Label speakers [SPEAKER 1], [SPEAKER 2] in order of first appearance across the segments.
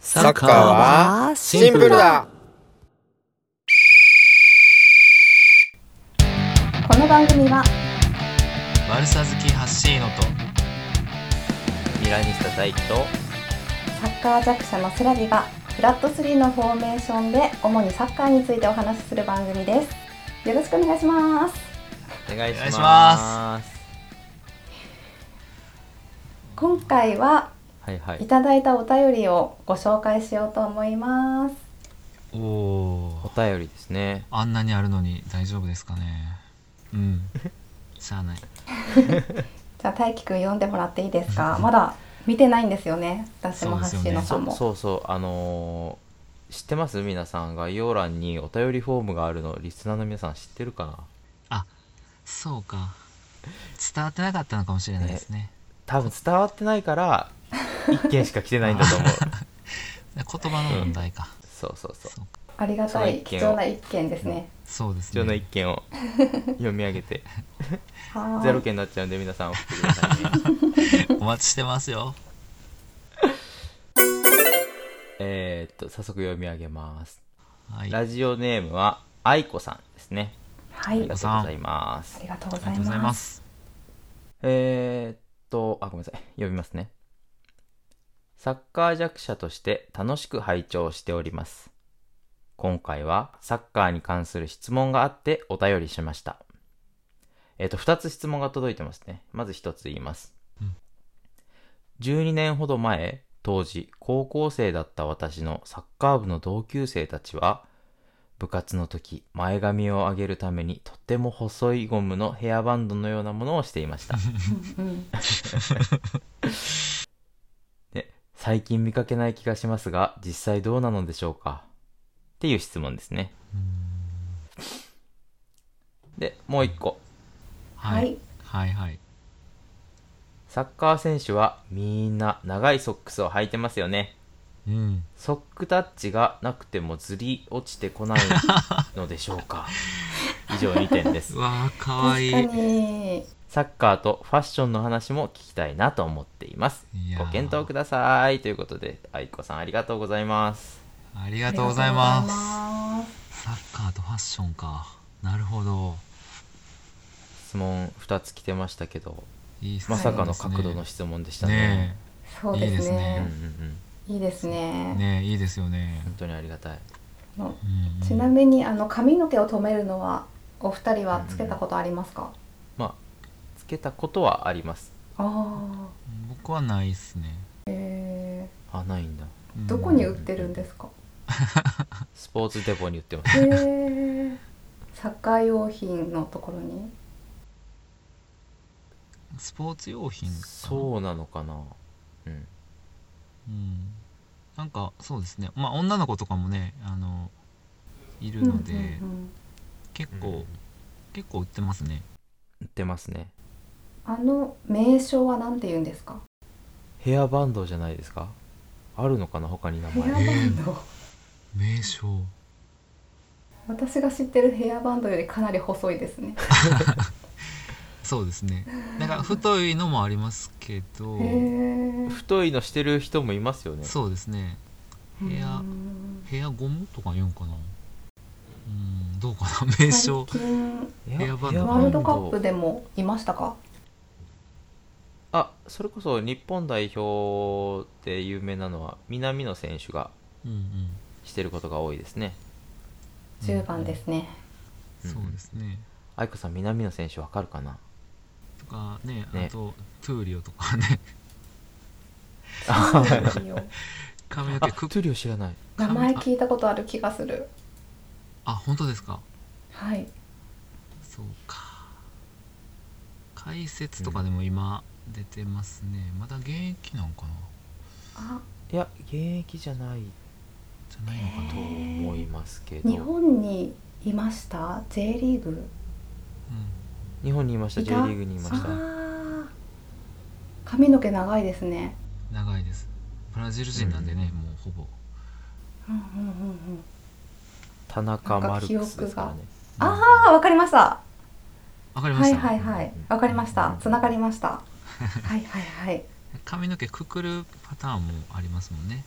[SPEAKER 1] サッカーはシンプルだ
[SPEAKER 2] この番組は
[SPEAKER 3] バルサ好きハッシーノと
[SPEAKER 4] ミラニスタ大輝と
[SPEAKER 2] サッカー弱者のセラビがフラット3のフォーメーションで主にサッカーについてお話しする番組ですよろしくお願いします
[SPEAKER 4] お願いし
[SPEAKER 3] お願いし
[SPEAKER 4] ま
[SPEAKER 3] ます
[SPEAKER 2] 今回は
[SPEAKER 4] はいはい
[SPEAKER 2] いただいたお便りをご紹介しようと思います
[SPEAKER 3] おお
[SPEAKER 4] お便りですね
[SPEAKER 3] あんなにあるのに大丈夫ですかねうんしゃあない
[SPEAKER 2] じゃあ大輝くん読んでもらっていいで すかまだ見てないんですよね私
[SPEAKER 3] そ
[SPEAKER 2] も
[SPEAKER 3] うですよ
[SPEAKER 2] 橋
[SPEAKER 3] ね
[SPEAKER 2] 野さ
[SPEAKER 4] そ
[SPEAKER 2] んも、
[SPEAKER 4] そうそうあのー知ってます皆さん概要欄にお便りフォームがあるのリスナーの皆さん知ってるかな
[SPEAKER 3] あそうか伝わってなかったのかもしれないですね
[SPEAKER 4] 多分伝わってないから1件しか来てないんだ と思う
[SPEAKER 3] 言葉の問題か、
[SPEAKER 4] そうそうそう
[SPEAKER 3] そうか
[SPEAKER 2] ありが
[SPEAKER 4] そ
[SPEAKER 2] た
[SPEAKER 4] の
[SPEAKER 2] い
[SPEAKER 4] 一
[SPEAKER 2] 貴
[SPEAKER 4] 件を
[SPEAKER 2] 重な一件ですね、
[SPEAKER 3] そうです
[SPEAKER 4] 貴重な1
[SPEAKER 3] ね
[SPEAKER 4] 件を読み上げて
[SPEAKER 2] はーい
[SPEAKER 4] 0件になっちゃうんで皆さん送ってくださいね
[SPEAKER 3] お待ちしてますよ
[SPEAKER 4] えーっと早速読み上げます
[SPEAKER 3] はいあ
[SPEAKER 4] ラジオネームは愛子さんですね
[SPEAKER 2] は
[SPEAKER 4] あ
[SPEAKER 2] い
[SPEAKER 4] りがとうございます
[SPEAKER 2] ありがとうご
[SPEAKER 3] り
[SPEAKER 2] ざ
[SPEAKER 3] がと
[SPEAKER 2] いう
[SPEAKER 3] ござい
[SPEAKER 2] ま
[SPEAKER 3] ますす
[SPEAKER 4] えー、っと、あ、ごめんなさい。読みますね。サッカー弱者として楽しく拝聴しております。今回はサッカーに関する質問があってお便りしました。えーっと、二つ質問が届いてますね。まず一つ言います。
[SPEAKER 3] うん
[SPEAKER 4] 12年ほど前、当時高校生だった私のサッカー部の同級生たちは、部活の時、前髪を上げるためにとっても細いゴムのヘアバンドのようなものをしていました。
[SPEAKER 2] うん
[SPEAKER 4] 最近見かけない気がしますが、実際どうなのでしょうかっていう質問ですね。で、もう一個。
[SPEAKER 2] は
[SPEAKER 3] はいい、はいはい
[SPEAKER 4] サッカー選手はみんな長いソックスを履いてますよね。
[SPEAKER 3] うん
[SPEAKER 4] ソックタッチがなくてもずり落ちてこないのでしょうか 以上2点です
[SPEAKER 3] う。わーかわい
[SPEAKER 2] 確
[SPEAKER 3] い
[SPEAKER 2] かに
[SPEAKER 4] サッカーとファッションの話も聞きたいなと思っています。
[SPEAKER 3] いやー
[SPEAKER 4] ご検討ください。ということで、愛子さんありがとうございます。
[SPEAKER 3] ありがとうございます
[SPEAKER 2] あ
[SPEAKER 3] サッカーとファッションかなるほど
[SPEAKER 4] 質問2つ来てましたけど、
[SPEAKER 3] いい質問
[SPEAKER 4] まさかの
[SPEAKER 3] ですね
[SPEAKER 4] 角度の質問でしたね
[SPEAKER 3] ね
[SPEAKER 2] りがとうございます
[SPEAKER 3] い
[SPEAKER 2] そう
[SPEAKER 3] い
[SPEAKER 2] で
[SPEAKER 3] ですす
[SPEAKER 4] うんう
[SPEAKER 2] ね
[SPEAKER 4] ん
[SPEAKER 3] ね
[SPEAKER 4] うん
[SPEAKER 2] いいです
[SPEAKER 3] え
[SPEAKER 2] ね
[SPEAKER 3] ねえいいですよね、
[SPEAKER 4] 本当にありがたい
[SPEAKER 2] あの
[SPEAKER 3] うん
[SPEAKER 2] ちなみにあの髪の毛を留めるのはお二人はつけたことありますか、
[SPEAKER 4] まあつけたことはあります
[SPEAKER 2] あ
[SPEAKER 3] 僕はないっすね、
[SPEAKER 2] あへ
[SPEAKER 4] あないんだ
[SPEAKER 3] うん
[SPEAKER 2] ーどこに売ってるんですか
[SPEAKER 4] スポーツデポに売ってます
[SPEAKER 2] へえサッカー用品のところに
[SPEAKER 3] スポーツ用品かな
[SPEAKER 4] そうなのかなうん
[SPEAKER 3] うん、なんかそうですねまあ女の子とかもねあのいるので、
[SPEAKER 2] うんうんうん
[SPEAKER 3] 結構、
[SPEAKER 4] うん
[SPEAKER 3] 結構売ってますね
[SPEAKER 4] 売ってますね
[SPEAKER 2] あの名称は何て言うんですか
[SPEAKER 4] ヘアバンドじゃないですかあるのかな他に名
[SPEAKER 2] ヘアバ
[SPEAKER 4] 前
[SPEAKER 2] ンド
[SPEAKER 3] 名称
[SPEAKER 2] 私が知ってるヘアバンドよりかなり細いですね
[SPEAKER 3] そうですねなんか太いのもありますけど
[SPEAKER 2] へえ
[SPEAKER 4] 太いのしてる人もいますよね
[SPEAKER 3] そうですねヘア
[SPEAKER 2] うん
[SPEAKER 3] ヘアゴムとか言うんかなうんどうかな 名称
[SPEAKER 2] 最近
[SPEAKER 3] ヘアバン
[SPEAKER 4] ヘ
[SPEAKER 3] ド
[SPEAKER 2] ワールドカップでもいましたか
[SPEAKER 4] あそれこそ日本代表で有名なのは南野選手が
[SPEAKER 3] うんうん
[SPEAKER 4] してることが多いですね
[SPEAKER 2] 10番ですね、
[SPEAKER 4] うん
[SPEAKER 3] そうですね
[SPEAKER 4] 愛子さん南野選手わかるかな
[SPEAKER 3] とかね
[SPEAKER 4] ね
[SPEAKER 3] あとトゥーリオとかね
[SPEAKER 2] いいよ
[SPEAKER 3] 髪の
[SPEAKER 4] あ
[SPEAKER 3] 毛
[SPEAKER 4] ト
[SPEAKER 3] く
[SPEAKER 4] ゥリオ知らない
[SPEAKER 2] 名前聞いたことある気がする
[SPEAKER 3] あ本当ですか
[SPEAKER 2] はい
[SPEAKER 3] そうか解説とかでも今出てますね、まだ現役なんかな
[SPEAKER 2] あ
[SPEAKER 4] いや現役じゃない
[SPEAKER 3] じゃないのかな、
[SPEAKER 2] へ
[SPEAKER 4] と
[SPEAKER 2] ー
[SPEAKER 4] 思いますけど
[SPEAKER 2] 日本にいました J リーグ
[SPEAKER 4] 日本にいました
[SPEAKER 2] い
[SPEAKER 4] J リ
[SPEAKER 2] た
[SPEAKER 4] ーグにいました
[SPEAKER 2] あー髪の毛長いですね
[SPEAKER 3] うん長いですブラジル人なんでね、もうほぼ
[SPEAKER 2] うんうんうんうん
[SPEAKER 4] 田中マルクスですからね
[SPEAKER 2] ああわかりました
[SPEAKER 3] わかりま
[SPEAKER 2] は
[SPEAKER 3] し
[SPEAKER 2] い
[SPEAKER 3] た、
[SPEAKER 2] はいはいわかりましたつながりました はいはいはい
[SPEAKER 3] 髪の毛くくるパターンもありますもんね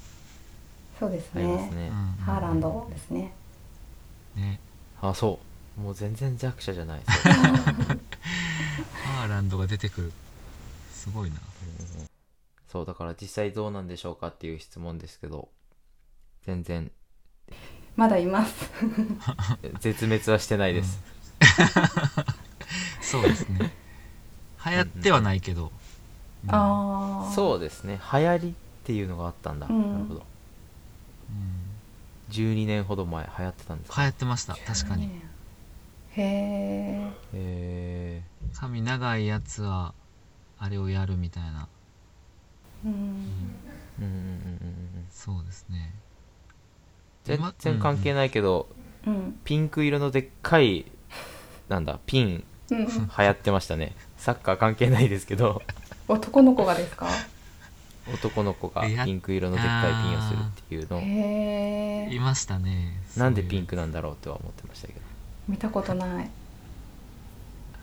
[SPEAKER 2] そうです
[SPEAKER 4] ありま
[SPEAKER 2] ね
[SPEAKER 4] すね。
[SPEAKER 2] ハーランドですね
[SPEAKER 3] ね
[SPEAKER 4] あ、そう。もう全然弱者じゃないです ね
[SPEAKER 3] ハーランドが出てくるすごいな
[SPEAKER 4] そう、だから実際どうなんでしょうかっていう質問ですけど、全然、
[SPEAKER 2] まだいます
[SPEAKER 4] 絶滅はしてないです。
[SPEAKER 3] そうです ね流行ってはないけど、うん
[SPEAKER 2] ああ
[SPEAKER 4] そうですね。流行りっていうのがあったんだ。
[SPEAKER 2] うん
[SPEAKER 4] なるほど。
[SPEAKER 3] うん
[SPEAKER 4] 12年ほど前流行ってたんです
[SPEAKER 3] 流
[SPEAKER 4] か、
[SPEAKER 3] 行
[SPEAKER 4] へ
[SPEAKER 3] ってました確かに
[SPEAKER 2] へ
[SPEAKER 4] え
[SPEAKER 2] え
[SPEAKER 3] 髪長いやつはあれをやるみたいな
[SPEAKER 2] うん
[SPEAKER 4] うんうんうんうんうん
[SPEAKER 3] そうですね
[SPEAKER 4] 全然関係ないけど、
[SPEAKER 2] うん
[SPEAKER 4] ピンク色のでっかいなんだピン
[SPEAKER 2] うん
[SPEAKER 4] 流行ってましたねサッカー関係ないですけど
[SPEAKER 2] 男の子がですか
[SPEAKER 4] 男の子が
[SPEAKER 3] えやっ
[SPEAKER 4] ピンク色のでっかいピンをするっていうのを
[SPEAKER 2] へ
[SPEAKER 3] い
[SPEAKER 2] え
[SPEAKER 3] ましたね
[SPEAKER 4] なんでピン
[SPEAKER 3] ク
[SPEAKER 4] クなんだろうとは思ってましたけど
[SPEAKER 2] 見たことない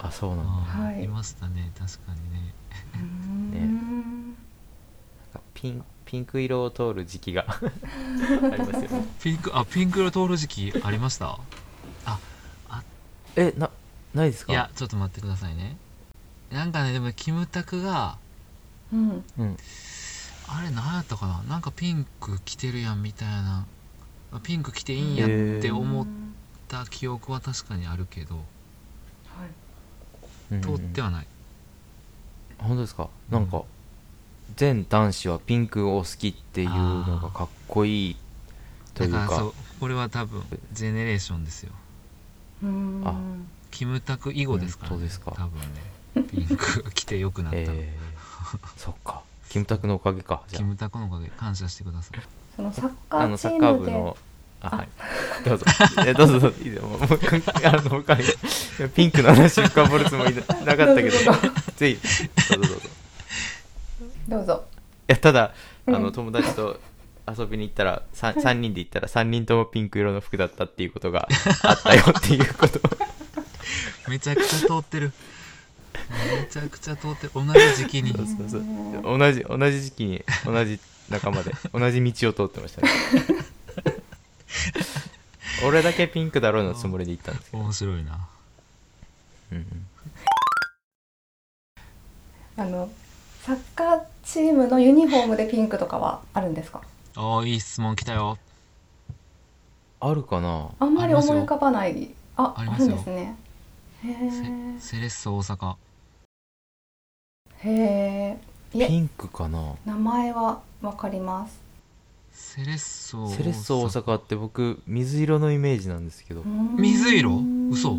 [SPEAKER 4] あそうなんだなん
[SPEAKER 3] あー
[SPEAKER 2] はい
[SPEAKER 3] いましたね確かにね
[SPEAKER 2] うーん
[SPEAKER 4] かピンピンク色を通る時期がありますよね
[SPEAKER 3] ピンクあピンク色通る時期ありました
[SPEAKER 4] えなないです
[SPEAKER 3] い
[SPEAKER 4] か
[SPEAKER 3] やちょっと待ってくださいねなんかねでもキムタクが
[SPEAKER 2] うん
[SPEAKER 4] うん、
[SPEAKER 3] あれ何やったかななんかピンク着てるやんみたいなあピンク着ていいんやって思っ
[SPEAKER 2] うん
[SPEAKER 3] た記憶は確かにあるけど
[SPEAKER 2] は
[SPEAKER 4] う
[SPEAKER 2] い
[SPEAKER 4] ん
[SPEAKER 3] 通ってはない
[SPEAKER 4] 本当ですかなんか、全男子はピンクを好きっていうのがかっこいいという
[SPEAKER 3] だ
[SPEAKER 4] か
[SPEAKER 3] からそうこれは多分ジェネレーションですよ
[SPEAKER 2] うーん
[SPEAKER 4] あ
[SPEAKER 3] キムタク以後ですから、ね、
[SPEAKER 4] 本当ですか
[SPEAKER 3] 多分ねピンク着てよくなったの、
[SPEAKER 4] えー、そっかキムタクのおかげかじゃ
[SPEAKER 3] キムタクのおかげ感謝してください
[SPEAKER 2] そのサッ
[SPEAKER 4] あ
[SPEAKER 2] カ
[SPEAKER 4] あ
[SPEAKER 2] ー
[SPEAKER 4] の
[SPEAKER 2] チ
[SPEAKER 4] サ
[SPEAKER 2] ー
[SPEAKER 4] ッカー
[SPEAKER 2] ム
[SPEAKER 4] 部
[SPEAKER 2] で
[SPEAKER 4] のあはいどうぞえどうぞどうぞいいですよもうもう関係あの他にいやピンクの話深掘るつもりななかったけど
[SPEAKER 2] どうぞ
[SPEAKER 4] ぜひどうぞどうぞい
[SPEAKER 2] どうぞ
[SPEAKER 4] やただあの、
[SPEAKER 2] うん
[SPEAKER 4] 友達と遊びに行ったら 3, 3人で行ったら3人ともピンク色の服だったっていうことがあったよっていうこと
[SPEAKER 3] めちゃくちゃ通ってるめちゃくちゃ通ってる同じ時期に
[SPEAKER 4] そうそうそう同じ同じ時期に同じ仲間で同じ道を通ってましたね俺だけピンクだろうのつもりで行ったんですけど、
[SPEAKER 3] 面白いな
[SPEAKER 4] うんうん
[SPEAKER 2] あのサッカーチームのユニフォームでピンクとかはあるんですか
[SPEAKER 3] ああいい質問来たよ
[SPEAKER 4] あるかな
[SPEAKER 2] あんまり思い浮かばないあ
[SPEAKER 3] あ
[SPEAKER 2] あ
[SPEAKER 3] ります
[SPEAKER 2] る
[SPEAKER 3] よ
[SPEAKER 2] んですねへー
[SPEAKER 3] セレッソ大阪
[SPEAKER 2] へーいえ
[SPEAKER 4] ピンクかな
[SPEAKER 2] 名前はわかります
[SPEAKER 3] セレッソ大阪
[SPEAKER 4] セレッソ大阪って僕水色のイメージなんですけど
[SPEAKER 2] うー、ん
[SPEAKER 3] 水色嘘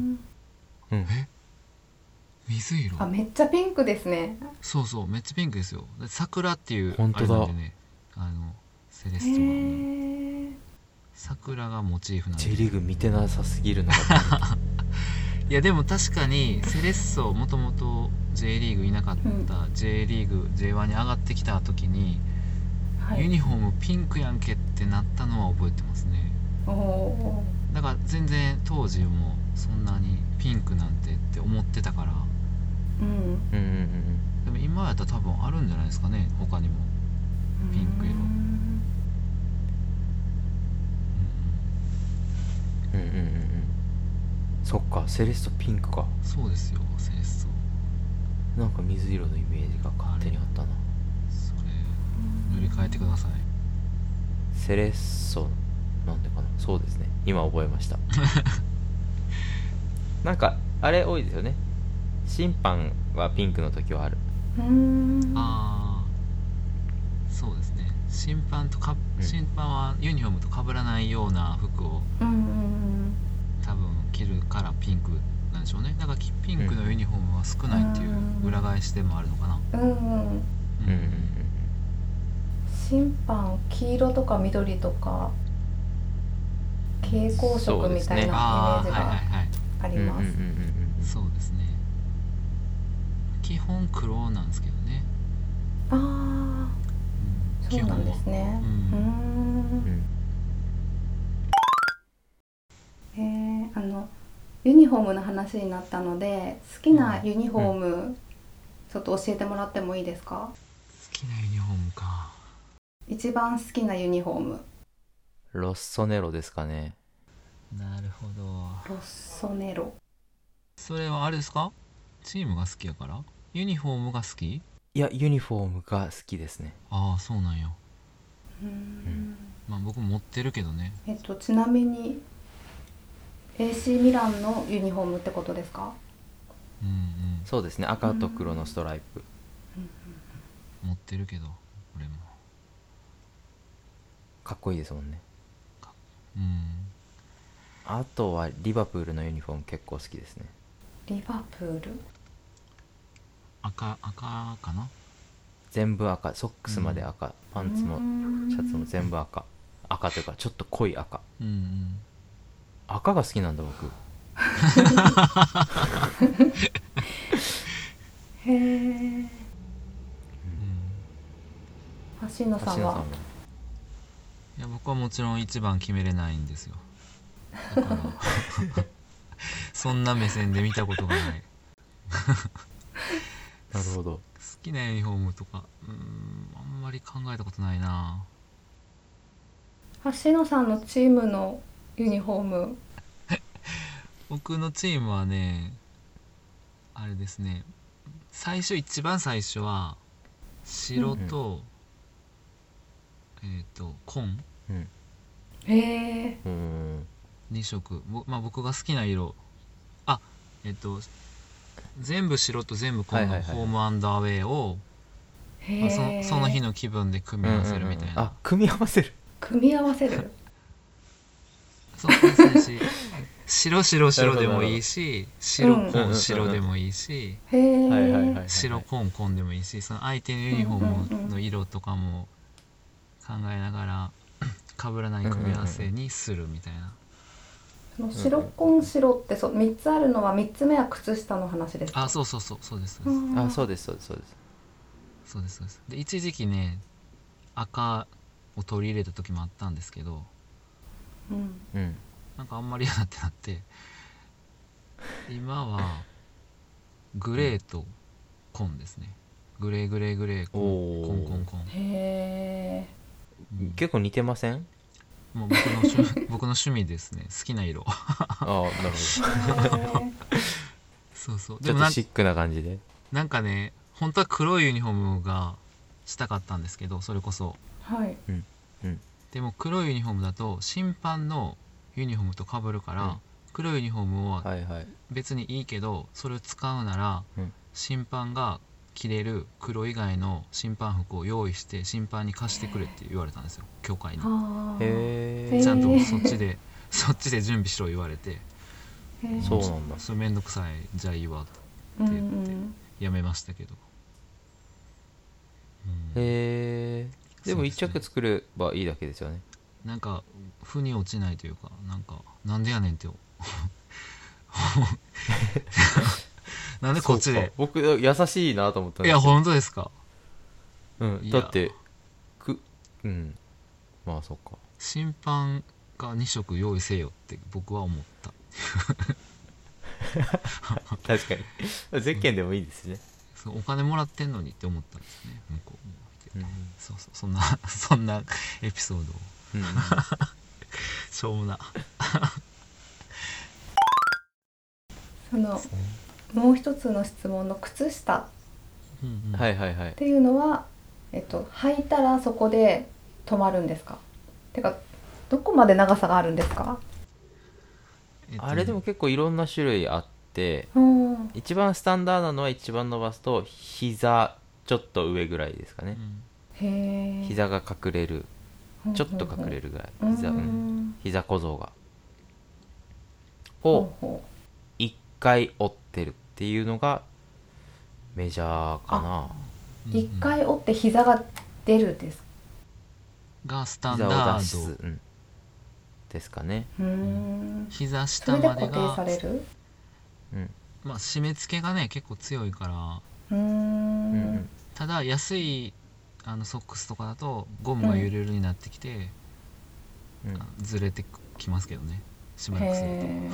[SPEAKER 4] うん、
[SPEAKER 3] 水色
[SPEAKER 2] あめっちゃピンクですね
[SPEAKER 3] そうそうめっちゃピンクですよで桜っていう
[SPEAKER 4] 本当だ
[SPEAKER 3] あれなんでねあのセレッ
[SPEAKER 2] へ
[SPEAKER 3] ソはね
[SPEAKER 2] ー
[SPEAKER 3] 桜がモチーフなんで
[SPEAKER 4] J リーグ見てなさすぎるな
[SPEAKER 3] いやでも確かにセレッソもともと J リーグいなかった、J リーグ J1 に上がってきた時に、
[SPEAKER 2] は
[SPEAKER 3] ユ
[SPEAKER 2] い
[SPEAKER 3] ニフォームピンクやんけってなったのは覚えてますね
[SPEAKER 2] おお
[SPEAKER 3] だから全然当時もそんなにピンクなんてって思ってたから
[SPEAKER 2] ーうん
[SPEAKER 4] うんうんうん
[SPEAKER 3] でも今やったら多分あるんじゃないですかね他にも、ピンク色うん
[SPEAKER 4] うんうんうんうんそっかセレッソピンクか
[SPEAKER 3] そうですよセレッソ
[SPEAKER 4] なんか水色のイメージが勝手にあったな
[SPEAKER 3] それ塗り替えてください
[SPEAKER 4] セレッソなんでかなそうですね今覚えました なんかあれ多いですよね審判はピンクの時はある
[SPEAKER 2] うーん
[SPEAKER 3] ああそうですね審判とか
[SPEAKER 4] うん
[SPEAKER 3] 審判はユニフォームと被らないような服を
[SPEAKER 2] うんうん
[SPEAKER 3] 多分着るからピンクなんでしょうねだからきピンクのユニフォームは少ないっていう裏返しでもあるのかな、
[SPEAKER 2] うんうんうん
[SPEAKER 4] うんうん
[SPEAKER 2] 審判黄色とか緑とか蛍光色みたいな
[SPEAKER 3] ああ
[SPEAKER 2] イメ
[SPEAKER 3] はいはい
[SPEAKER 2] ージが
[SPEAKER 3] はい
[SPEAKER 2] あり
[SPEAKER 4] うんうんうん
[SPEAKER 2] ます。
[SPEAKER 3] そうですね基本黒なんですけどね、
[SPEAKER 2] あ
[SPEAKER 3] うん
[SPEAKER 2] あ、そうなんですね。
[SPEAKER 3] うん
[SPEAKER 2] うー
[SPEAKER 4] うんうん
[SPEAKER 2] ん。
[SPEAKER 4] うん
[SPEAKER 2] えーあのユニフォームの話になったので、好きなユニフォームちょっと教えてもらってもいいですか？
[SPEAKER 3] 好きなユニフォームか
[SPEAKER 2] 一番好きなユニフォーム。
[SPEAKER 4] ロッソネロですかね。
[SPEAKER 3] なるほど
[SPEAKER 2] ロッソネロ
[SPEAKER 3] それはあれですかチームが好きやからユニフォームが好き
[SPEAKER 4] いや、ユニフォームが好きですね。
[SPEAKER 3] ああそうなんや
[SPEAKER 2] うーん
[SPEAKER 3] まあ僕持ってるけどね
[SPEAKER 2] えっとちなみに AC ミランのユニフォームってことですか
[SPEAKER 3] うん
[SPEAKER 4] そうですね、赤と黒のストライプ。
[SPEAKER 3] うん持ってるけど俺も
[SPEAKER 4] かっこいいですもんね。
[SPEAKER 3] うん
[SPEAKER 4] あとはリバプールのユニフォーム結構好きですね。
[SPEAKER 2] リバプール
[SPEAKER 3] 赤赤かな
[SPEAKER 4] 全部赤、ソックスまで赤、パンツ
[SPEAKER 2] う
[SPEAKER 4] も
[SPEAKER 2] ーん
[SPEAKER 4] シャツも全部赤。赤というか、ちょっと濃い赤。
[SPEAKER 3] うんうん
[SPEAKER 4] 赤が好きなんだ僕。
[SPEAKER 2] へ
[SPEAKER 3] う
[SPEAKER 2] え
[SPEAKER 3] ん
[SPEAKER 2] 橋野さんは
[SPEAKER 3] はいや僕はもちろん一番決めれないんですよだからそんな目線で見たことがない
[SPEAKER 4] なるほど。
[SPEAKER 3] 好きなユニフォームとかうんあんまり考えたことないな
[SPEAKER 2] 橋野さんのチームのユニフォーム
[SPEAKER 3] 僕のチームはねあれですね最初一番最初は白と、えっ、と紺
[SPEAKER 2] へえ
[SPEAKER 4] うーん。
[SPEAKER 3] 2色ぼまあ、僕が好きな色あえっ、と全部白と全部紺
[SPEAKER 4] はい
[SPEAKER 3] の
[SPEAKER 4] はいはい
[SPEAKER 3] ホームアンダーウェイを、
[SPEAKER 2] へ
[SPEAKER 3] まあ
[SPEAKER 2] え、
[SPEAKER 3] そのその日の気分で組み合わせるみたいな、
[SPEAKER 4] うんうんうんあ、組み合わせる。
[SPEAKER 2] 組み合わ せる
[SPEAKER 3] そうそうですし白白白でもいいし白
[SPEAKER 2] なるほ
[SPEAKER 4] ど
[SPEAKER 3] 紺白でもいいし、
[SPEAKER 2] へえ
[SPEAKER 4] はいはいはい。
[SPEAKER 3] 白コンコンでもいいしその相手のユニフォームの色とかも考えながら被らない組み合わせにするみたいな
[SPEAKER 2] その白紺白ってそう三つあるのは三つ目は靴下の話ですか
[SPEAKER 3] あそうそうそうそうですそうです
[SPEAKER 2] ん
[SPEAKER 4] あ、そうです、そうです、そうです。
[SPEAKER 3] そうですそうですで一時期ね赤を取り入れた時もあったんですけど
[SPEAKER 2] うん
[SPEAKER 4] うん。
[SPEAKER 3] なんかあんまり嫌だってなって今はグレーとコンですねグレーグレーグレーコン
[SPEAKER 4] おー
[SPEAKER 3] コンコンコン
[SPEAKER 2] へえ
[SPEAKER 3] うん
[SPEAKER 4] 結構似てませ ん
[SPEAKER 3] もう僕の趣 僕の趣味ですね好きな色
[SPEAKER 4] ああ、なるほど。ち
[SPEAKER 3] そうそうで
[SPEAKER 4] ょ
[SPEAKER 3] も
[SPEAKER 4] っと
[SPEAKER 3] なん
[SPEAKER 4] シックな感じで。
[SPEAKER 3] なんかね本当は黒いユニフォームがしたかったんですけどそれこそ
[SPEAKER 2] はい
[SPEAKER 3] でも黒いユニフォームだと審判のユニフォームと被るから、
[SPEAKER 4] うん
[SPEAKER 3] 黒いユニフォームは
[SPEAKER 4] はいはい。
[SPEAKER 3] 別にいいけどそれを使うなら、
[SPEAKER 4] うん
[SPEAKER 3] 審判が着れる黒以外の審判服を用意して審判に貸してくれって言われたんですよ協会に
[SPEAKER 2] あー
[SPEAKER 4] へ
[SPEAKER 2] ー
[SPEAKER 3] ち
[SPEAKER 4] え
[SPEAKER 3] ゃんとそっちで そっちで準備しろ言われて
[SPEAKER 2] へー
[SPEAKER 4] そうなんだ
[SPEAKER 3] それ面倒くさいじゃあいいわ
[SPEAKER 2] うんう
[SPEAKER 3] って言って
[SPEAKER 2] ん
[SPEAKER 3] やめましたけど、う
[SPEAKER 4] へ
[SPEAKER 3] ん
[SPEAKER 4] えでも一
[SPEAKER 3] そうで
[SPEAKER 4] 着
[SPEAKER 3] すね
[SPEAKER 4] 作ればいいだけですよね
[SPEAKER 3] なんか腑に落ちないというかなんかなんでやねんって なんでこっち
[SPEAKER 4] そう
[SPEAKER 3] で
[SPEAKER 4] か僕優しいなと思ったん
[SPEAKER 3] い
[SPEAKER 4] です
[SPEAKER 3] や
[SPEAKER 4] けど
[SPEAKER 3] 本当ですか
[SPEAKER 4] うん
[SPEAKER 3] いや
[SPEAKER 4] だってくうんまあそっか
[SPEAKER 3] 審判が2色用意せよって僕は思った
[SPEAKER 4] 確かに ゼッケンでもいいですね、
[SPEAKER 3] そうお金もらってんのにって思ったんですね向こうも見て
[SPEAKER 4] うん
[SPEAKER 3] そうそうそんな そんなエピソードを
[SPEAKER 4] うんうん
[SPEAKER 3] しょうもな
[SPEAKER 2] そのもう一つの質問の靴下
[SPEAKER 3] うんうん
[SPEAKER 4] はいはいはい
[SPEAKER 2] っていうのは、えっと、履いたらそこで止まるんですかてかどこまで長さがあるんですか
[SPEAKER 3] えっとね
[SPEAKER 4] あれでも結構いろんな種類あって
[SPEAKER 2] うん
[SPEAKER 4] 一番スタンダードなのは一番伸ばすと膝ちょっと上ぐらいですか
[SPEAKER 3] う
[SPEAKER 4] ね、
[SPEAKER 3] ん
[SPEAKER 2] へえ
[SPEAKER 4] 膝が隠れるちょっと隠れ
[SPEAKER 2] る
[SPEAKER 4] るぐらい、
[SPEAKER 2] うん
[SPEAKER 4] 膝うん膝小僧が
[SPEAKER 2] ほ
[SPEAKER 4] を、
[SPEAKER 2] うほ
[SPEAKER 4] 一回折ってるっていうのがメジャーかな
[SPEAKER 3] うん
[SPEAKER 2] う一回折って膝が出るです
[SPEAKER 3] がスタン
[SPEAKER 4] 膝を
[SPEAKER 3] ダ
[SPEAKER 4] 出す、
[SPEAKER 3] ード
[SPEAKER 4] うん、ですかね、
[SPEAKER 2] うーん
[SPEAKER 3] 膝
[SPEAKER 2] そ
[SPEAKER 3] 下
[SPEAKER 2] れで
[SPEAKER 3] まで
[SPEAKER 2] 固定さ
[SPEAKER 3] が
[SPEAKER 2] れる
[SPEAKER 4] うん
[SPEAKER 3] まあ締め付けがね結構強いか
[SPEAKER 4] う
[SPEAKER 3] ら
[SPEAKER 2] うー
[SPEAKER 4] んうん
[SPEAKER 2] ん
[SPEAKER 3] ただ安いあのソックスとかだとゴムがゆるゆるになってきて、
[SPEAKER 4] うんうん
[SPEAKER 3] あずれてきますけどねしばらくすると
[SPEAKER 2] へえ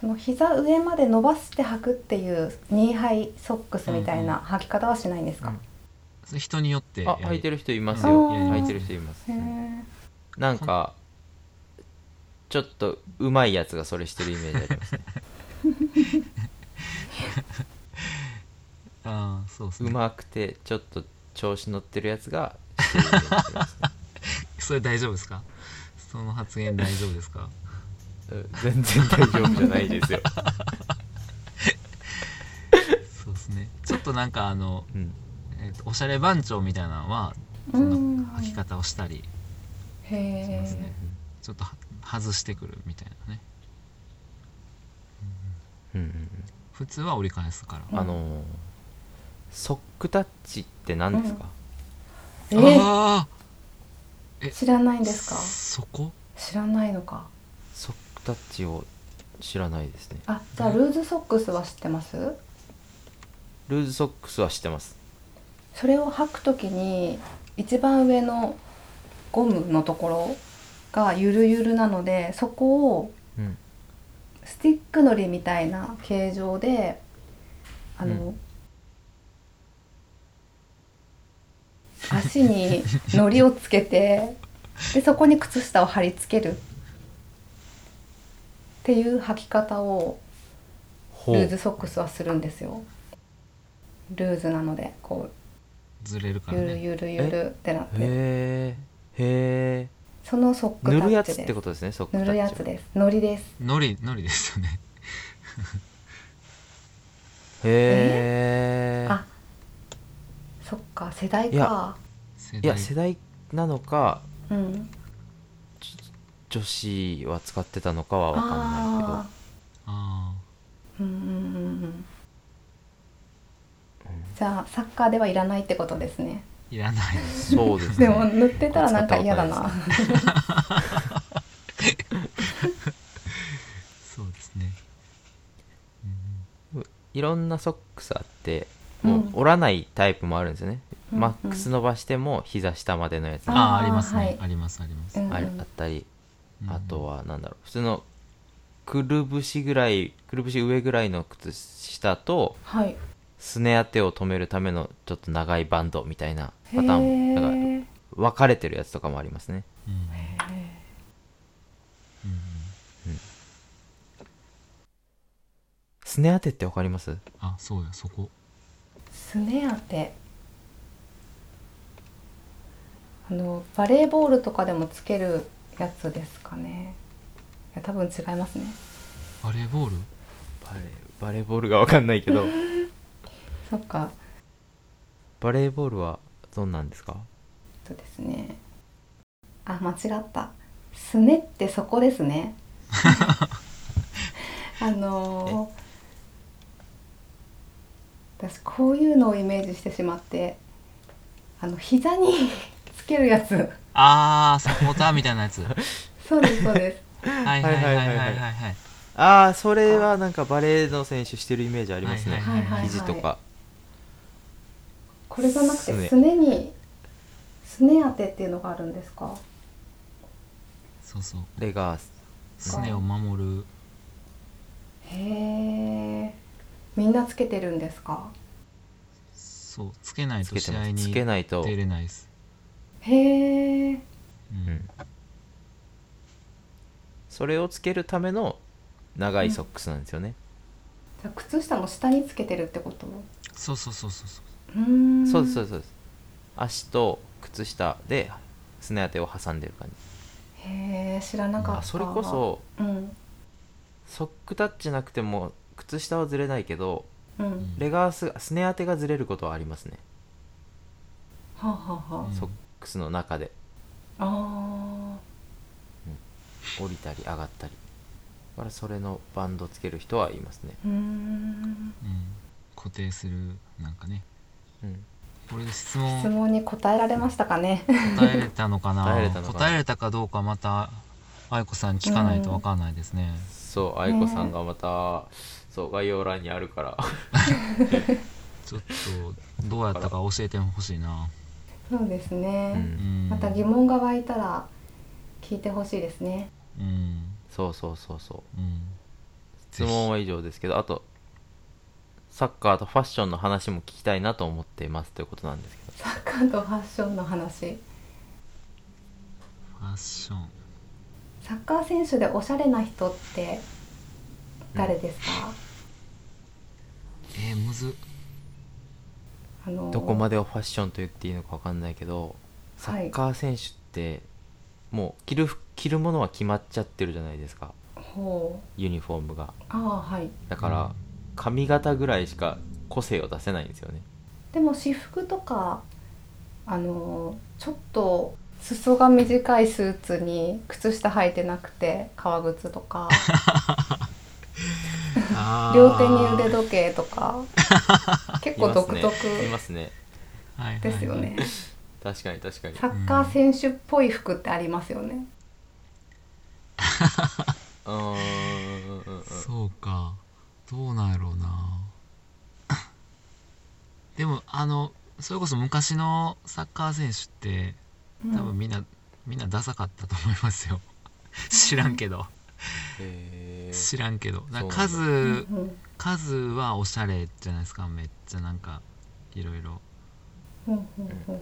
[SPEAKER 2] その膝上まで伸ばして履くっていうニーハイソックスみたいな履き方はしないんですか、
[SPEAKER 4] うん
[SPEAKER 3] それ人によって
[SPEAKER 4] あ履いて
[SPEAKER 3] る
[SPEAKER 4] る人いますよ
[SPEAKER 2] うん
[SPEAKER 4] 履いてる人います、
[SPEAKER 2] へえ
[SPEAKER 4] なんかちょっとうまいやつがそれしてるイメージありますね
[SPEAKER 3] ああそうです
[SPEAKER 4] う
[SPEAKER 3] ね
[SPEAKER 4] まくてちょっと調子乗ってるやつがしてるイメージありますね
[SPEAKER 3] それ大丈夫ですかその発言大丈夫ですか
[SPEAKER 4] うん全然大丈夫じゃないですよ、
[SPEAKER 3] そうですねちょっとなんかあの、
[SPEAKER 4] うん、
[SPEAKER 3] えーとおしゃれ番長みたいなのは
[SPEAKER 2] う
[SPEAKER 3] そ
[SPEAKER 2] ん
[SPEAKER 3] の履き方をしたり
[SPEAKER 2] へ
[SPEAKER 3] します
[SPEAKER 2] え
[SPEAKER 3] ね、ちょっとは外してくるみたいなね
[SPEAKER 4] うんうん
[SPEAKER 3] 普通は折り返すから、
[SPEAKER 4] うんあのーソックタッチって何ですか、
[SPEAKER 2] え
[SPEAKER 3] ああ
[SPEAKER 2] 知らないんですか
[SPEAKER 3] そこ
[SPEAKER 2] 知らないのか
[SPEAKER 4] ソックタッチを知らないですね
[SPEAKER 2] あじゃあルーズソックスは知ってます
[SPEAKER 4] ルーズソックスは知ってます
[SPEAKER 2] それを履くときに一番上のゴムのところがゆるゆるなのでそこを
[SPEAKER 4] うん
[SPEAKER 2] スティックのりみたいな形状であの、
[SPEAKER 4] う
[SPEAKER 2] 足にのりをつ けてでそこに靴下を貼り付けるっていう履き方を
[SPEAKER 4] ほ
[SPEAKER 2] ルーズソックスはするんですよ。ルーズなのでこ
[SPEAKER 3] ずれるか
[SPEAKER 2] う
[SPEAKER 3] ら
[SPEAKER 2] ゆる
[SPEAKER 3] ね
[SPEAKER 2] ゆるゆるってなって
[SPEAKER 4] へえへえ
[SPEAKER 2] そのソック
[SPEAKER 4] 塗
[SPEAKER 2] タ
[SPEAKER 4] るや
[SPEAKER 2] ッ
[SPEAKER 4] つ
[SPEAKER 2] チ
[SPEAKER 4] っ
[SPEAKER 2] で
[SPEAKER 4] て
[SPEAKER 2] す
[SPEAKER 4] ことですねソックタッ
[SPEAKER 2] 塗
[SPEAKER 4] チは
[SPEAKER 2] るやつですのりです
[SPEAKER 3] のりのりですよね
[SPEAKER 4] へえ
[SPEAKER 2] あそっか世代
[SPEAKER 4] い
[SPEAKER 2] か
[SPEAKER 4] や
[SPEAKER 3] 世
[SPEAKER 4] いや世代なのか
[SPEAKER 2] うん
[SPEAKER 4] 女子は使ってたのかは分かんない
[SPEAKER 2] あ
[SPEAKER 3] あ
[SPEAKER 2] あーうんうんうんうんじゃあサッカーではいらないってことですね
[SPEAKER 3] ーいらないで
[SPEAKER 4] け
[SPEAKER 3] す
[SPEAKER 4] どそうです
[SPEAKER 2] で
[SPEAKER 4] ね
[SPEAKER 2] も塗ってたらなんか嫌だ
[SPEAKER 4] 使
[SPEAKER 2] な
[SPEAKER 4] ったこ
[SPEAKER 3] そうですね、うん
[SPEAKER 4] いろんなソックスあって
[SPEAKER 2] うん
[SPEAKER 4] もう折らないタイプもあるんですよね、
[SPEAKER 2] うん
[SPEAKER 4] マックス伸ばしても膝下までのやつ
[SPEAKER 2] あ
[SPEAKER 4] あ
[SPEAKER 2] ー
[SPEAKER 3] ああありますね、
[SPEAKER 2] はい
[SPEAKER 3] ありますあります、
[SPEAKER 2] うんうん
[SPEAKER 4] あったり、
[SPEAKER 3] うん
[SPEAKER 4] あとはなんだろう普通のくるぶしぐらいくるぶし上ぐらいの靴下と
[SPEAKER 2] はい
[SPEAKER 4] すね当てを止めるためのちょっと長いバンドみたいな
[SPEAKER 2] へ
[SPEAKER 4] パターンもなんか
[SPEAKER 2] え
[SPEAKER 4] 分かれてるやつとかもありますね
[SPEAKER 3] うんうん
[SPEAKER 4] すね当てって分かります
[SPEAKER 3] あそうやそこ
[SPEAKER 2] すね当てあのバレーボールとかでもつけるやつですかねいや多分違いますね
[SPEAKER 3] バレーボール
[SPEAKER 4] バレーバレーボールが分かんないけど
[SPEAKER 2] そっか
[SPEAKER 4] バレーボールはどんなんですか
[SPEAKER 2] えっとですねあ間違ったすねってそこで すねあのー私こういうのをイメージしてしまってあの膝に つけるやつ
[SPEAKER 3] ああサポーターみたいなやつはい
[SPEAKER 2] そうですそうです
[SPEAKER 3] はいはいはいはいはいはい
[SPEAKER 4] ああそれはなんかバレーの選手してるイメージありますね、
[SPEAKER 3] はい
[SPEAKER 2] はいはい、はい、
[SPEAKER 4] 肘とか
[SPEAKER 2] これじゃなくて
[SPEAKER 4] すね
[SPEAKER 2] すねにすね当てっていうのがあるんですか
[SPEAKER 3] そうそう
[SPEAKER 4] レガー
[SPEAKER 3] すねを守る
[SPEAKER 2] へえみんなつけてるんですか
[SPEAKER 3] そうつけない
[SPEAKER 4] つ
[SPEAKER 3] と
[SPEAKER 4] けて
[SPEAKER 3] 試
[SPEAKER 4] ま
[SPEAKER 3] 合
[SPEAKER 4] すつ
[SPEAKER 3] に
[SPEAKER 4] け
[SPEAKER 3] 出
[SPEAKER 4] ないと、
[SPEAKER 3] れないです、
[SPEAKER 2] へ
[SPEAKER 3] うん
[SPEAKER 2] え
[SPEAKER 4] うん、それをつけるための長いソックスなんですよね、
[SPEAKER 2] じゃあ靴下も下につけてるってこと
[SPEAKER 3] そうそうそうそうそう
[SPEAKER 2] うーん
[SPEAKER 4] そうですそうですそうです足と靴下ですね当てを挟んでる感じ
[SPEAKER 2] へえ知らなかっ
[SPEAKER 4] あ
[SPEAKER 2] た
[SPEAKER 4] それこそ
[SPEAKER 2] うん
[SPEAKER 4] ソックタッチなくても靴下はずれないけど
[SPEAKER 2] うん、
[SPEAKER 3] ん
[SPEAKER 4] レガースすね当てがずれることはありますね、
[SPEAKER 2] はあ、はあは
[SPEAKER 3] うん
[SPEAKER 4] ソックスの中で
[SPEAKER 2] あ、あ
[SPEAKER 4] 降りたり上がったりだからそれのバンドつける人はいますね、
[SPEAKER 2] ーうーん
[SPEAKER 3] うん、固定するなんかね
[SPEAKER 4] うん、
[SPEAKER 3] これで質
[SPEAKER 2] 質
[SPEAKER 3] 問
[SPEAKER 2] 問に答えられましたかね
[SPEAKER 3] 答えれたのかな
[SPEAKER 4] 答えれたのかな
[SPEAKER 3] 答えれたかどうかまた愛子さんに聞かないとわかんないですね、
[SPEAKER 4] そう愛子さんがまた、そう概要欄にあるから
[SPEAKER 3] ちょっとどうやったか教えてほしいな、
[SPEAKER 2] そうです
[SPEAKER 4] う
[SPEAKER 2] ね、
[SPEAKER 4] ん
[SPEAKER 2] また疑問が湧いたら聞いてほしいですね
[SPEAKER 3] うん
[SPEAKER 4] そうそうそうそう
[SPEAKER 3] うん
[SPEAKER 4] 質問は以上ですけどあとサッカーとファッションの話も聞きたいなと思っていますということなんですけど
[SPEAKER 2] サッカーとファッションの話
[SPEAKER 3] ファッッション
[SPEAKER 2] サッカー選手でおしゃれな人って誰ですか、
[SPEAKER 3] えー、むず
[SPEAKER 2] あの
[SPEAKER 4] どこまでをファッションと言っていいのか分かんないけどサッカー選手ってもう着る服着るものは決まっちゃってるじゃないですか
[SPEAKER 2] ほう
[SPEAKER 4] ユニフォームが
[SPEAKER 2] ああはい
[SPEAKER 4] だから髪型ぐらいしか個性を出せないんですよね
[SPEAKER 2] でも私服とかあのちょっと裾が短いスーツに靴下履いてなくて革靴とか
[SPEAKER 3] あー
[SPEAKER 2] 両手に腕時計と か結構独特
[SPEAKER 4] いますねいますね
[SPEAKER 3] はいはい
[SPEAKER 2] ですよね
[SPEAKER 4] 確かに確かに
[SPEAKER 2] サッカー選手っぽい服ってありますよね
[SPEAKER 4] うーんうんうんうん
[SPEAKER 3] そうかどうなんや ろうなでもあのそれこそ昔のサッカー選手って
[SPEAKER 2] うん
[SPEAKER 3] 多分みんな、みんなダサかったと思いますよ 知らんけど
[SPEAKER 4] へー
[SPEAKER 3] 知らんけどなんか
[SPEAKER 4] そ
[SPEAKER 3] 数、
[SPEAKER 2] うん
[SPEAKER 3] 数はおしゃれじゃないですかめっちゃなんかいろいろ
[SPEAKER 2] うんうんうん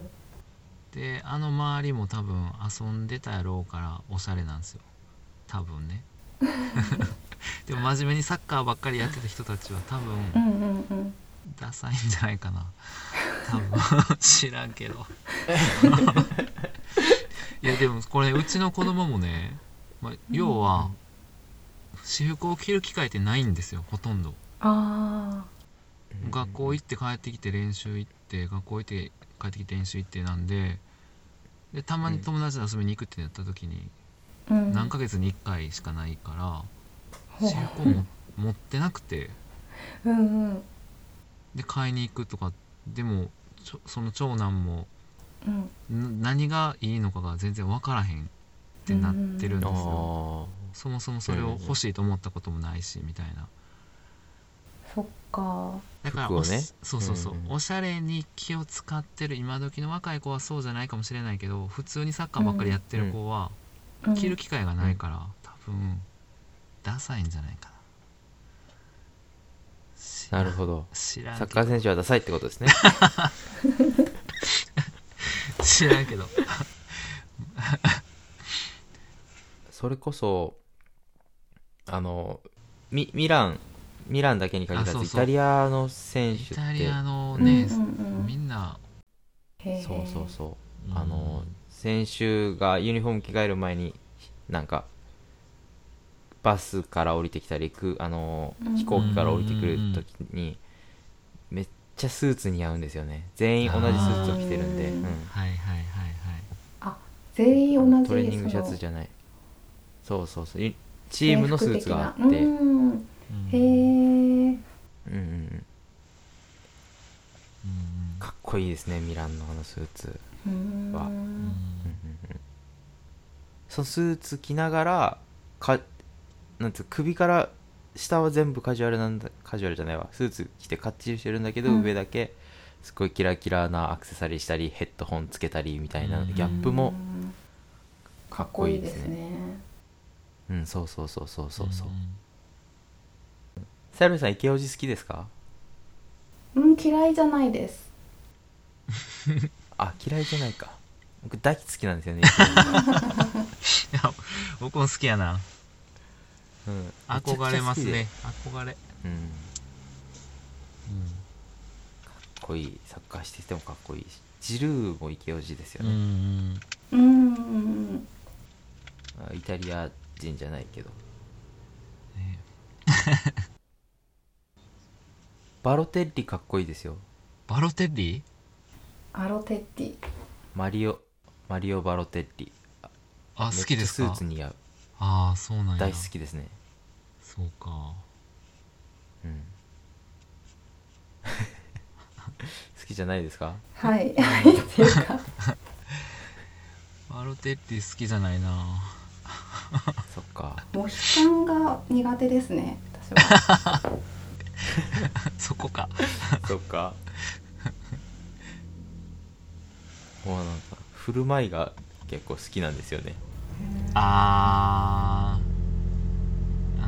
[SPEAKER 3] であの周りも多分遊んでたやろうからおしゃれなんですよ多分 ね でも真面目にサッカーばっかりやってた人たちは多分、
[SPEAKER 2] うんうんうん
[SPEAKER 3] ダサいんじゃないかな多 分知らんけどいやでもこれうちの子供もね、まあ、要は私服を着る機会ってないんですよほとんど
[SPEAKER 2] あ
[SPEAKER 3] 学校行って帰ってきて練習行って学校行って帰ってきて練習行ってなんででたまに友達と遊びに行くってなった時に
[SPEAKER 2] あ、うん、
[SPEAKER 3] 何ヶ月に1回しかないから
[SPEAKER 2] ほう
[SPEAKER 3] 私服をも持ってなくて
[SPEAKER 2] うんうん
[SPEAKER 3] で買いに行くとかでもちょその長男も
[SPEAKER 2] うん
[SPEAKER 3] ん何がいいのかが全然分からへんってなってるんです
[SPEAKER 4] あ
[SPEAKER 3] よそもそもそれを欲しいと思ったこともないしみたいな
[SPEAKER 2] そっか
[SPEAKER 3] だから
[SPEAKER 4] 服をね
[SPEAKER 3] おしそうそうそう、
[SPEAKER 4] うんうん
[SPEAKER 3] おしゃれに気を使ってる今時の若い子はそうじゃないかもしれないけど普通にサッカーばっかりやってる子は
[SPEAKER 2] うん
[SPEAKER 3] 着る機会がないから、多分ダサいんじゃないか
[SPEAKER 4] ー
[SPEAKER 3] な
[SPEAKER 4] なる
[SPEAKER 3] ど
[SPEAKER 4] ほど
[SPEAKER 3] 知らん
[SPEAKER 4] サッ
[SPEAKER 3] け
[SPEAKER 4] カ
[SPEAKER 3] ど
[SPEAKER 4] ー選手はダサいってことですね
[SPEAKER 3] 知らんけど
[SPEAKER 4] それこそあのミミランミランだけに限らず
[SPEAKER 3] あそう
[SPEAKER 4] イ
[SPEAKER 3] そう
[SPEAKER 4] タリアの選手っ
[SPEAKER 3] イ
[SPEAKER 4] て
[SPEAKER 3] タリアのね、
[SPEAKER 2] うんうんうん
[SPEAKER 3] みんな、
[SPEAKER 2] へえ
[SPEAKER 4] そうそうそう
[SPEAKER 3] うん
[SPEAKER 4] あの先週がユニフォーム着替える前になんかバスから降りてきたりくあの
[SPEAKER 2] うん
[SPEAKER 4] 飛行機から降りてくる時にめっちゃスーツ似合うんですよね全員同じスーツを着てるんで、
[SPEAKER 2] あー
[SPEAKER 4] うん
[SPEAKER 3] はいはいはいはい
[SPEAKER 2] 全員同じ
[SPEAKER 4] トレーニングシャツじゃないそうそうそういチームのスーツがあって、
[SPEAKER 2] 制服的なうん
[SPEAKER 3] うんうん
[SPEAKER 2] へえ
[SPEAKER 4] うんうんうん
[SPEAKER 3] うん
[SPEAKER 4] かっこいいですねミランのあのスーツ、
[SPEAKER 2] う
[SPEAKER 4] わ
[SPEAKER 2] ん
[SPEAKER 4] うんうんうんそのスーツ着ながらかなんつう首から下は全部カジュアルなんだカジュアルじゃないわスーツ着てかっちりしてるんだけど、
[SPEAKER 2] うん
[SPEAKER 4] 上だけすごいキラキラなアクセサリーしたりヘッドホンつけたりみたいな
[SPEAKER 3] うん
[SPEAKER 4] ギャップもか
[SPEAKER 2] か
[SPEAKER 4] っ
[SPEAKER 2] っ
[SPEAKER 4] こ
[SPEAKER 2] こ
[SPEAKER 4] い
[SPEAKER 2] い
[SPEAKER 4] い
[SPEAKER 2] い
[SPEAKER 4] で
[SPEAKER 2] ですす
[SPEAKER 4] ね
[SPEAKER 2] ね
[SPEAKER 4] うんそうそうそうそうそうそう
[SPEAKER 3] うん
[SPEAKER 4] サルさんイケオジ好きですか
[SPEAKER 2] うん嫌いじゃないです
[SPEAKER 4] あ嫌いじゃないか僕大好きなんですよ ね、
[SPEAKER 3] いや僕も好きやな
[SPEAKER 4] うん、
[SPEAKER 3] 憧れます
[SPEAKER 4] め
[SPEAKER 3] ね
[SPEAKER 4] ち
[SPEAKER 3] 憧れ、
[SPEAKER 4] ゃくちゃ好きでうんかっこいいサッカーしててもかっこいいしジルーもイケオジですよ
[SPEAKER 3] うん
[SPEAKER 4] ね、
[SPEAKER 2] うんうん
[SPEAKER 4] あイタリア人じゃないけど
[SPEAKER 3] ね
[SPEAKER 4] バロテッリかっこいいですよ
[SPEAKER 3] バロテッリ
[SPEAKER 2] アロテッティ
[SPEAKER 4] マリオマリオバロテッリ
[SPEAKER 3] あ好きです
[SPEAKER 4] めっち
[SPEAKER 3] か
[SPEAKER 4] ゃスーツ似合う
[SPEAKER 3] ああそうなんや
[SPEAKER 4] 大好きですね
[SPEAKER 3] そうか
[SPEAKER 4] うん 好きじゃないですか
[SPEAKER 2] はいっていうか
[SPEAKER 3] バロテッリ好きじゃないな
[SPEAKER 4] そっか
[SPEAKER 2] モヒカンが苦手ですね私は
[SPEAKER 3] そこか
[SPEAKER 4] そっかもうなんか振る舞いが結構好きなんですよね
[SPEAKER 3] ああ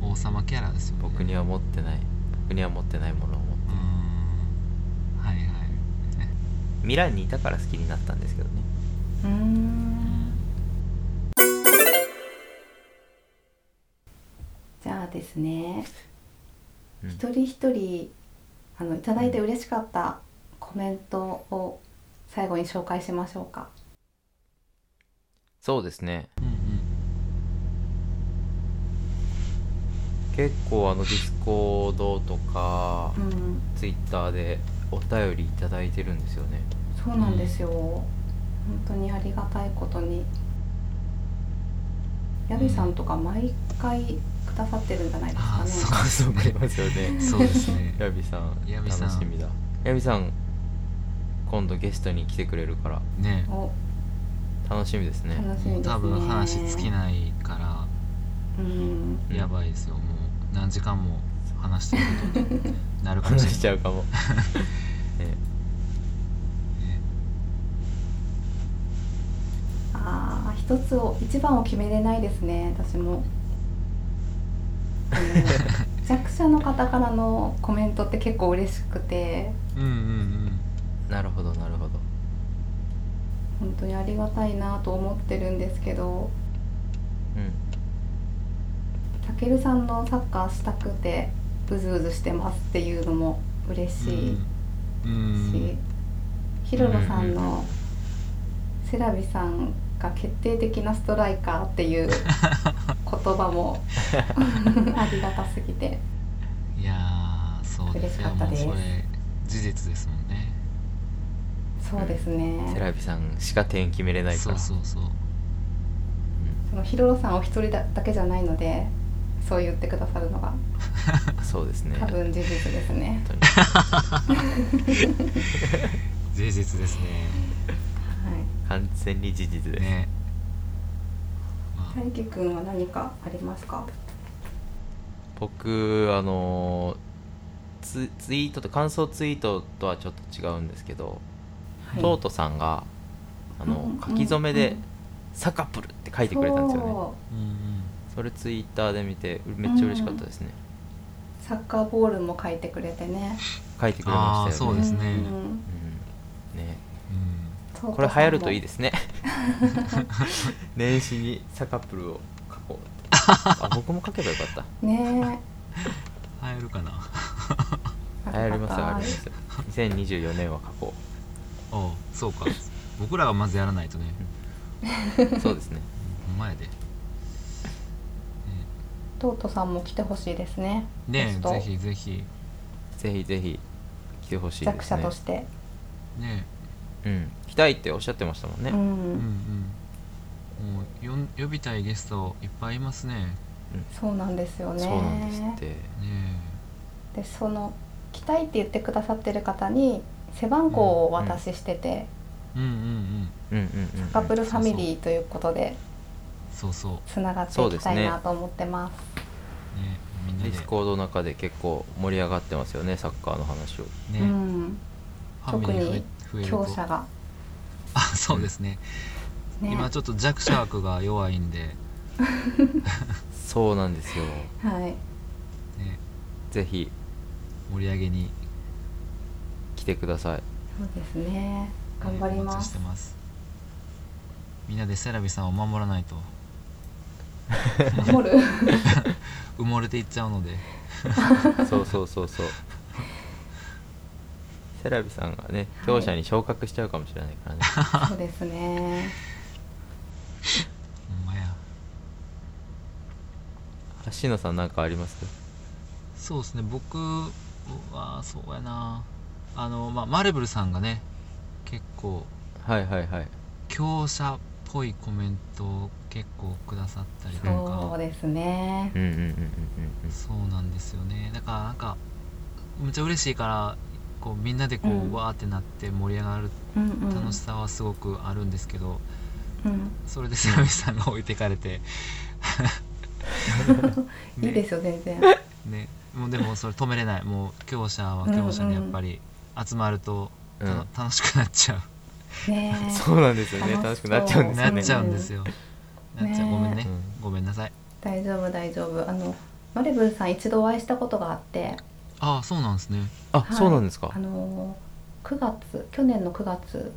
[SPEAKER 3] うん王様キャラですよね
[SPEAKER 4] 僕には持ってない僕には持ってないものを持って
[SPEAKER 3] うんはいはい
[SPEAKER 4] ミランにいたから好きになったんですけどね
[SPEAKER 2] うーんですね、
[SPEAKER 4] うん
[SPEAKER 2] 一人一人あのいただいて嬉しかったコメントを最後に紹介しましょうか
[SPEAKER 4] そうですね
[SPEAKER 3] うんうん
[SPEAKER 4] 結構あのディスコードとか
[SPEAKER 2] うん
[SPEAKER 4] ツイッターでお便りいただいてるんですよね
[SPEAKER 2] そうなんですよ本当にありがたいことにヤビさんとか毎回くださってるんじゃないですかね
[SPEAKER 3] あそうか
[SPEAKER 4] そうなりますよね
[SPEAKER 3] そうです ね
[SPEAKER 4] ヤビさん
[SPEAKER 3] ヤビさん
[SPEAKER 4] 楽しみだヤビさん今度ゲストに来てくれるから
[SPEAKER 3] ね
[SPEAKER 2] お
[SPEAKER 4] 楽しみですね
[SPEAKER 2] 楽しみですね
[SPEAKER 3] 多分話尽きないか
[SPEAKER 2] うん
[SPEAKER 4] うん
[SPEAKER 3] らやばいですよもう何時間も話してることになるかもしれない
[SPEAKER 4] 話しちゃうかもね
[SPEAKER 3] ね
[SPEAKER 2] ああ一つを一番を決めれないですね私もあ の弱者の方からのコメントって結構嬉しくて
[SPEAKER 3] うんうん
[SPEAKER 4] なるほどなるほど
[SPEAKER 2] 本当にありがたいなと思ってるんですけど
[SPEAKER 4] うん
[SPEAKER 2] たけるさんのサッカーしたくてうずうずしてますっていうのも嬉
[SPEAKER 3] うん
[SPEAKER 2] しい
[SPEAKER 3] うんう
[SPEAKER 2] し、
[SPEAKER 3] ん
[SPEAKER 2] ひろろさん
[SPEAKER 4] うんうん
[SPEAKER 2] のセラビさんが決定的なストライカーっ ていう言葉もありがたすぎて。
[SPEAKER 3] いやーそうですよ
[SPEAKER 2] 嬉しかった
[SPEAKER 3] もう
[SPEAKER 2] です
[SPEAKER 3] それ事実ですもんね
[SPEAKER 2] そうですね。
[SPEAKER 4] セラビさんしか点決めれないか
[SPEAKER 3] そう
[SPEAKER 4] ら
[SPEAKER 3] そうそう
[SPEAKER 2] そのヒロロさんお一人だだけじゃないので、そう言ってくださるのが
[SPEAKER 4] そうですね
[SPEAKER 2] 多分事実ですね。
[SPEAKER 4] 本
[SPEAKER 3] 事実ですね
[SPEAKER 2] は
[SPEAKER 4] 当に完全に事実です、
[SPEAKER 3] ねまあ
[SPEAKER 2] い。大輝くんは何かありますか？
[SPEAKER 4] 僕あのーツツイートと感想ツイートとはちょっと違うんですけど、
[SPEAKER 2] はい
[SPEAKER 4] トートさんがあ
[SPEAKER 2] うんうんう
[SPEAKER 4] の
[SPEAKER 2] ん
[SPEAKER 4] 書き初めで「サカプル」って書いてくれたんですよね
[SPEAKER 2] そ
[SPEAKER 3] うんうん
[SPEAKER 4] それツイッターで見てめっちゃ嬉しかったですね、
[SPEAKER 2] うサッカーボールも書いてくれてね。
[SPEAKER 4] 書いてくれましたよ
[SPEAKER 3] そう
[SPEAKER 4] ね
[SPEAKER 3] ですね
[SPEAKER 2] ん
[SPEAKER 4] うんね
[SPEAKER 3] うん
[SPEAKER 2] うん
[SPEAKER 4] これ流行るといいですね 年始にサカプルを書こうあ僕も書けばよか った
[SPEAKER 2] ね
[SPEAKER 3] 入るかな
[SPEAKER 2] え。
[SPEAKER 4] 流行りますよ流行りますよ2024年は書こ
[SPEAKER 3] おうそうか僕らがまずやらないとね
[SPEAKER 4] うそうですね
[SPEAKER 3] 前で
[SPEAKER 2] トートさんも来てほしいですね。
[SPEAKER 3] ね
[SPEAKER 2] ゲス
[SPEAKER 3] え
[SPEAKER 2] ト
[SPEAKER 3] ぜひぜひ
[SPEAKER 4] ぜひぜひ来てほしいで
[SPEAKER 2] 弱
[SPEAKER 4] す
[SPEAKER 2] 者
[SPEAKER 4] ね
[SPEAKER 2] として。
[SPEAKER 3] ね
[SPEAKER 4] うん来たいっておっしゃってましたもんね、
[SPEAKER 2] う
[SPEAKER 4] うん
[SPEAKER 3] えうん
[SPEAKER 2] ん。
[SPEAKER 3] うんもうよん呼びたいゲストいっぱいいますね
[SPEAKER 2] そうなんですよね。
[SPEAKER 4] そうなんですって
[SPEAKER 3] ね
[SPEAKER 2] でその「来たい」って言ってくださってる方に背番号をお渡ししてて、
[SPEAKER 3] えうんうんう
[SPEAKER 4] う
[SPEAKER 3] ん
[SPEAKER 4] んうんうんうん
[SPEAKER 2] カップルファミリーということで
[SPEAKER 3] そうそう
[SPEAKER 2] つながって
[SPEAKER 4] そう
[SPEAKER 2] い
[SPEAKER 4] で
[SPEAKER 2] き
[SPEAKER 4] す
[SPEAKER 2] た
[SPEAKER 4] ね
[SPEAKER 2] いなと思ってます。
[SPEAKER 3] ねえみんな
[SPEAKER 4] デ
[SPEAKER 3] で
[SPEAKER 4] ィスコードの中で結構盛り上がってますよねサッカーの話を
[SPEAKER 3] ね
[SPEAKER 2] う
[SPEAKER 3] え
[SPEAKER 2] ん、
[SPEAKER 3] ファミリー増え増える
[SPEAKER 2] 強
[SPEAKER 3] と
[SPEAKER 2] 者が
[SPEAKER 3] あそうですね
[SPEAKER 2] ね
[SPEAKER 3] 今ちょっと弱者枠が弱いんで、ね
[SPEAKER 4] そうなんですよ
[SPEAKER 2] はい、
[SPEAKER 4] ぜひ
[SPEAKER 3] 盛り上げに
[SPEAKER 4] 来てくだ さい
[SPEAKER 2] そうですね頑張り
[SPEAKER 3] お
[SPEAKER 2] ま
[SPEAKER 3] 待ちし
[SPEAKER 2] す
[SPEAKER 3] て。ますみんなでセラビさんを守らないと
[SPEAKER 2] 守る
[SPEAKER 3] 埋もれていっちゃうので
[SPEAKER 4] そうそうそうそうセラビさんがね強者に昇格しちゃうかもしれないからね、
[SPEAKER 2] そうですね。
[SPEAKER 3] ほんまや
[SPEAKER 4] 橋野さんなんかあります
[SPEAKER 3] そうですね僕はそうやなあの、まあ、マーレブルさんがね結構
[SPEAKER 4] はいはいはい
[SPEAKER 3] 強者っぽいコメントを結構くださったりと
[SPEAKER 2] そう
[SPEAKER 3] か
[SPEAKER 2] ですね
[SPEAKER 4] う。んうんうんうんうんうん
[SPEAKER 3] そうなんですよねだからなんかめっちゃ嬉しいからこうみんなでこう、
[SPEAKER 2] うん
[SPEAKER 3] わーってなって盛り上がる
[SPEAKER 2] うんうん。
[SPEAKER 3] 楽しさはすごくあるんですけど、
[SPEAKER 2] うん。
[SPEAKER 3] それでセラミさんが置いてかれて
[SPEAKER 2] いいですすよ全然。
[SPEAKER 3] ねもうでもそれ止めれないもう強者は強者でやっぱり集まるとたの、
[SPEAKER 4] うん
[SPEAKER 3] 楽しくなっちゃう
[SPEAKER 2] ねえ。
[SPEAKER 4] そうなんですよね楽
[SPEAKER 2] 楽
[SPEAKER 4] し
[SPEAKER 2] し
[SPEAKER 4] く
[SPEAKER 2] そう
[SPEAKER 4] なっちゃうんです
[SPEAKER 3] な
[SPEAKER 4] よ
[SPEAKER 3] っ
[SPEAKER 4] ね
[SPEAKER 3] ちゃうんですよ、
[SPEAKER 2] うん
[SPEAKER 3] なっちゃうごめんね、
[SPEAKER 2] ね
[SPEAKER 4] うん
[SPEAKER 3] ごめんなさい
[SPEAKER 2] 大丈夫大丈夫。あのマレブルさん一度お会いしたことがあって。
[SPEAKER 3] ああそうなんですね
[SPEAKER 4] あ、
[SPEAKER 2] はい
[SPEAKER 4] そうなんですか
[SPEAKER 2] あの9月去年の9月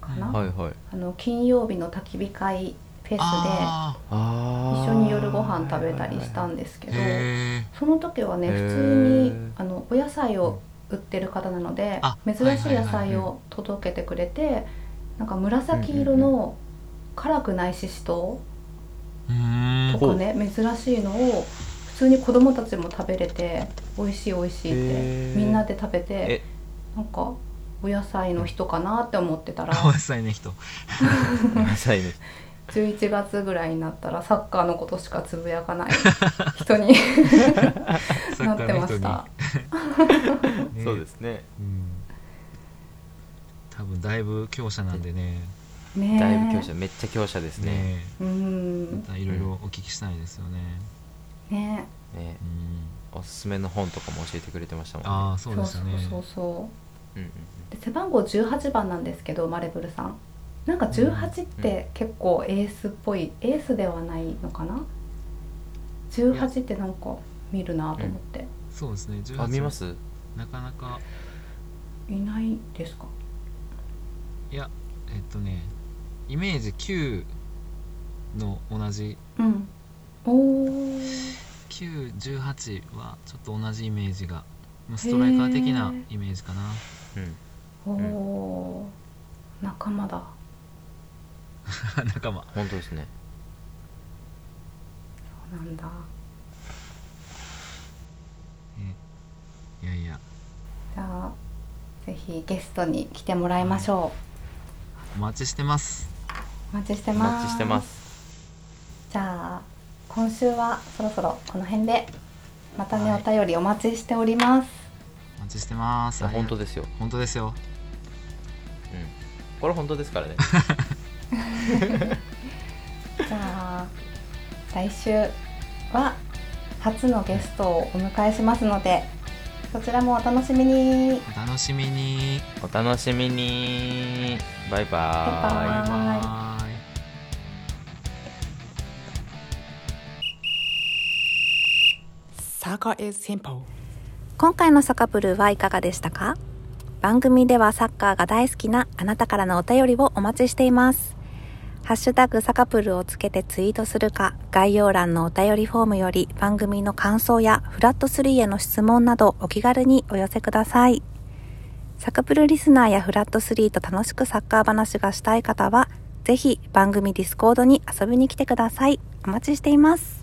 [SPEAKER 2] かな、
[SPEAKER 3] うん
[SPEAKER 4] はいはい
[SPEAKER 2] あの金曜日の焚き火会フェスで
[SPEAKER 3] あ
[SPEAKER 4] あ
[SPEAKER 2] 一緒に夜ご飯食べたりしたんですけ
[SPEAKER 3] ー
[SPEAKER 2] ど
[SPEAKER 3] へ
[SPEAKER 2] その時はね
[SPEAKER 4] へー
[SPEAKER 2] 普通にあのお野菜を売ってる方なので
[SPEAKER 3] あ
[SPEAKER 2] 珍しい野菜を届けてくれてなんか紫色の辛くないししと
[SPEAKER 3] えうー
[SPEAKER 2] うんとかね珍しいのを普通に子供たちも食べれて美味しい美味しいっ
[SPEAKER 4] へー
[SPEAKER 2] てみんなで食べ
[SPEAKER 4] え
[SPEAKER 2] てなんかお野菜の人かなって思っ てたら
[SPEAKER 3] ごめんなさいね人
[SPEAKER 4] ごめんなさいね
[SPEAKER 2] 11月ぐらいになったらサッカーのことしかつぶやかない人に
[SPEAKER 3] サ
[SPEAKER 2] な
[SPEAKER 3] ッ
[SPEAKER 2] っ
[SPEAKER 3] カ
[SPEAKER 2] て
[SPEAKER 3] ーの
[SPEAKER 2] ま
[SPEAKER 3] 人
[SPEAKER 2] し
[SPEAKER 3] に
[SPEAKER 2] た。
[SPEAKER 3] ね
[SPEAKER 4] そうです ね
[SPEAKER 3] うん多分だいぶ強者なんでね
[SPEAKER 2] ね
[SPEAKER 4] だいぶ強者めっちゃ強者ですね
[SPEAKER 3] ね
[SPEAKER 2] う
[SPEAKER 3] ま
[SPEAKER 2] ん
[SPEAKER 3] たいろいろお聞きしたいですよね、
[SPEAKER 2] ね
[SPEAKER 4] ね
[SPEAKER 3] うん、
[SPEAKER 4] おすすめの本とかも教えてくれてましたもんね
[SPEAKER 3] ああそうでした
[SPEAKER 2] そう
[SPEAKER 3] ね
[SPEAKER 2] そうそ
[SPEAKER 4] うんうん
[SPEAKER 2] うで背番号18番なんですけどマレブルさんなんか18って結構エースっぽい、エースではないのかな18ってなんか見るなと思って、
[SPEAKER 3] そうですね
[SPEAKER 4] うんあ見ま
[SPEAKER 3] 18
[SPEAKER 4] す
[SPEAKER 3] なかなか
[SPEAKER 2] いないですか
[SPEAKER 3] いやえっとねイメージ9の同じ
[SPEAKER 2] うんおお
[SPEAKER 3] 918はちょっと同じイメージがまあストライカー的なイメージかな
[SPEAKER 4] うん
[SPEAKER 2] おおー仲間だ
[SPEAKER 3] 仲間
[SPEAKER 4] 本当ですね
[SPEAKER 2] そうなんだ
[SPEAKER 3] いやいや
[SPEAKER 2] じゃあぜひゲストに来てもらいましょ
[SPEAKER 3] お待ちしてます
[SPEAKER 2] うお待ちして
[SPEAKER 4] お
[SPEAKER 2] ます
[SPEAKER 4] 待ちしてます
[SPEAKER 2] じゃあ今週はそろそろこの辺でまたね、
[SPEAKER 3] はい
[SPEAKER 2] お便りお待ちしております
[SPEAKER 3] お待ちしてます
[SPEAKER 4] いや本当
[SPEAKER 3] で
[SPEAKER 4] ですよ
[SPEAKER 3] 本当ですよ
[SPEAKER 4] うんこれ本当です からね
[SPEAKER 2] じゃあ来週は初のゲストをお迎えしますのでそちらもお楽しみに
[SPEAKER 3] お楽しみに
[SPEAKER 4] お楽しみにバイバー
[SPEAKER 2] バイ
[SPEAKER 4] イ
[SPEAKER 2] バーイ
[SPEAKER 3] バイバイ
[SPEAKER 5] 今回のサカプルはいかがでしたか番組ではサッカーが大好きなあなたからのお便りをお待ちしています。ハッシュタグサカプルをつけてツイートするか、概要欄のお便りフォームより番組の感想やフラット3への質問などお気軽にお寄せください。サカプルリスナーやフラット3と楽しくサッカー話がしたい方は、ぜひ番組ディスコードに遊びに来てください。お待ちしています。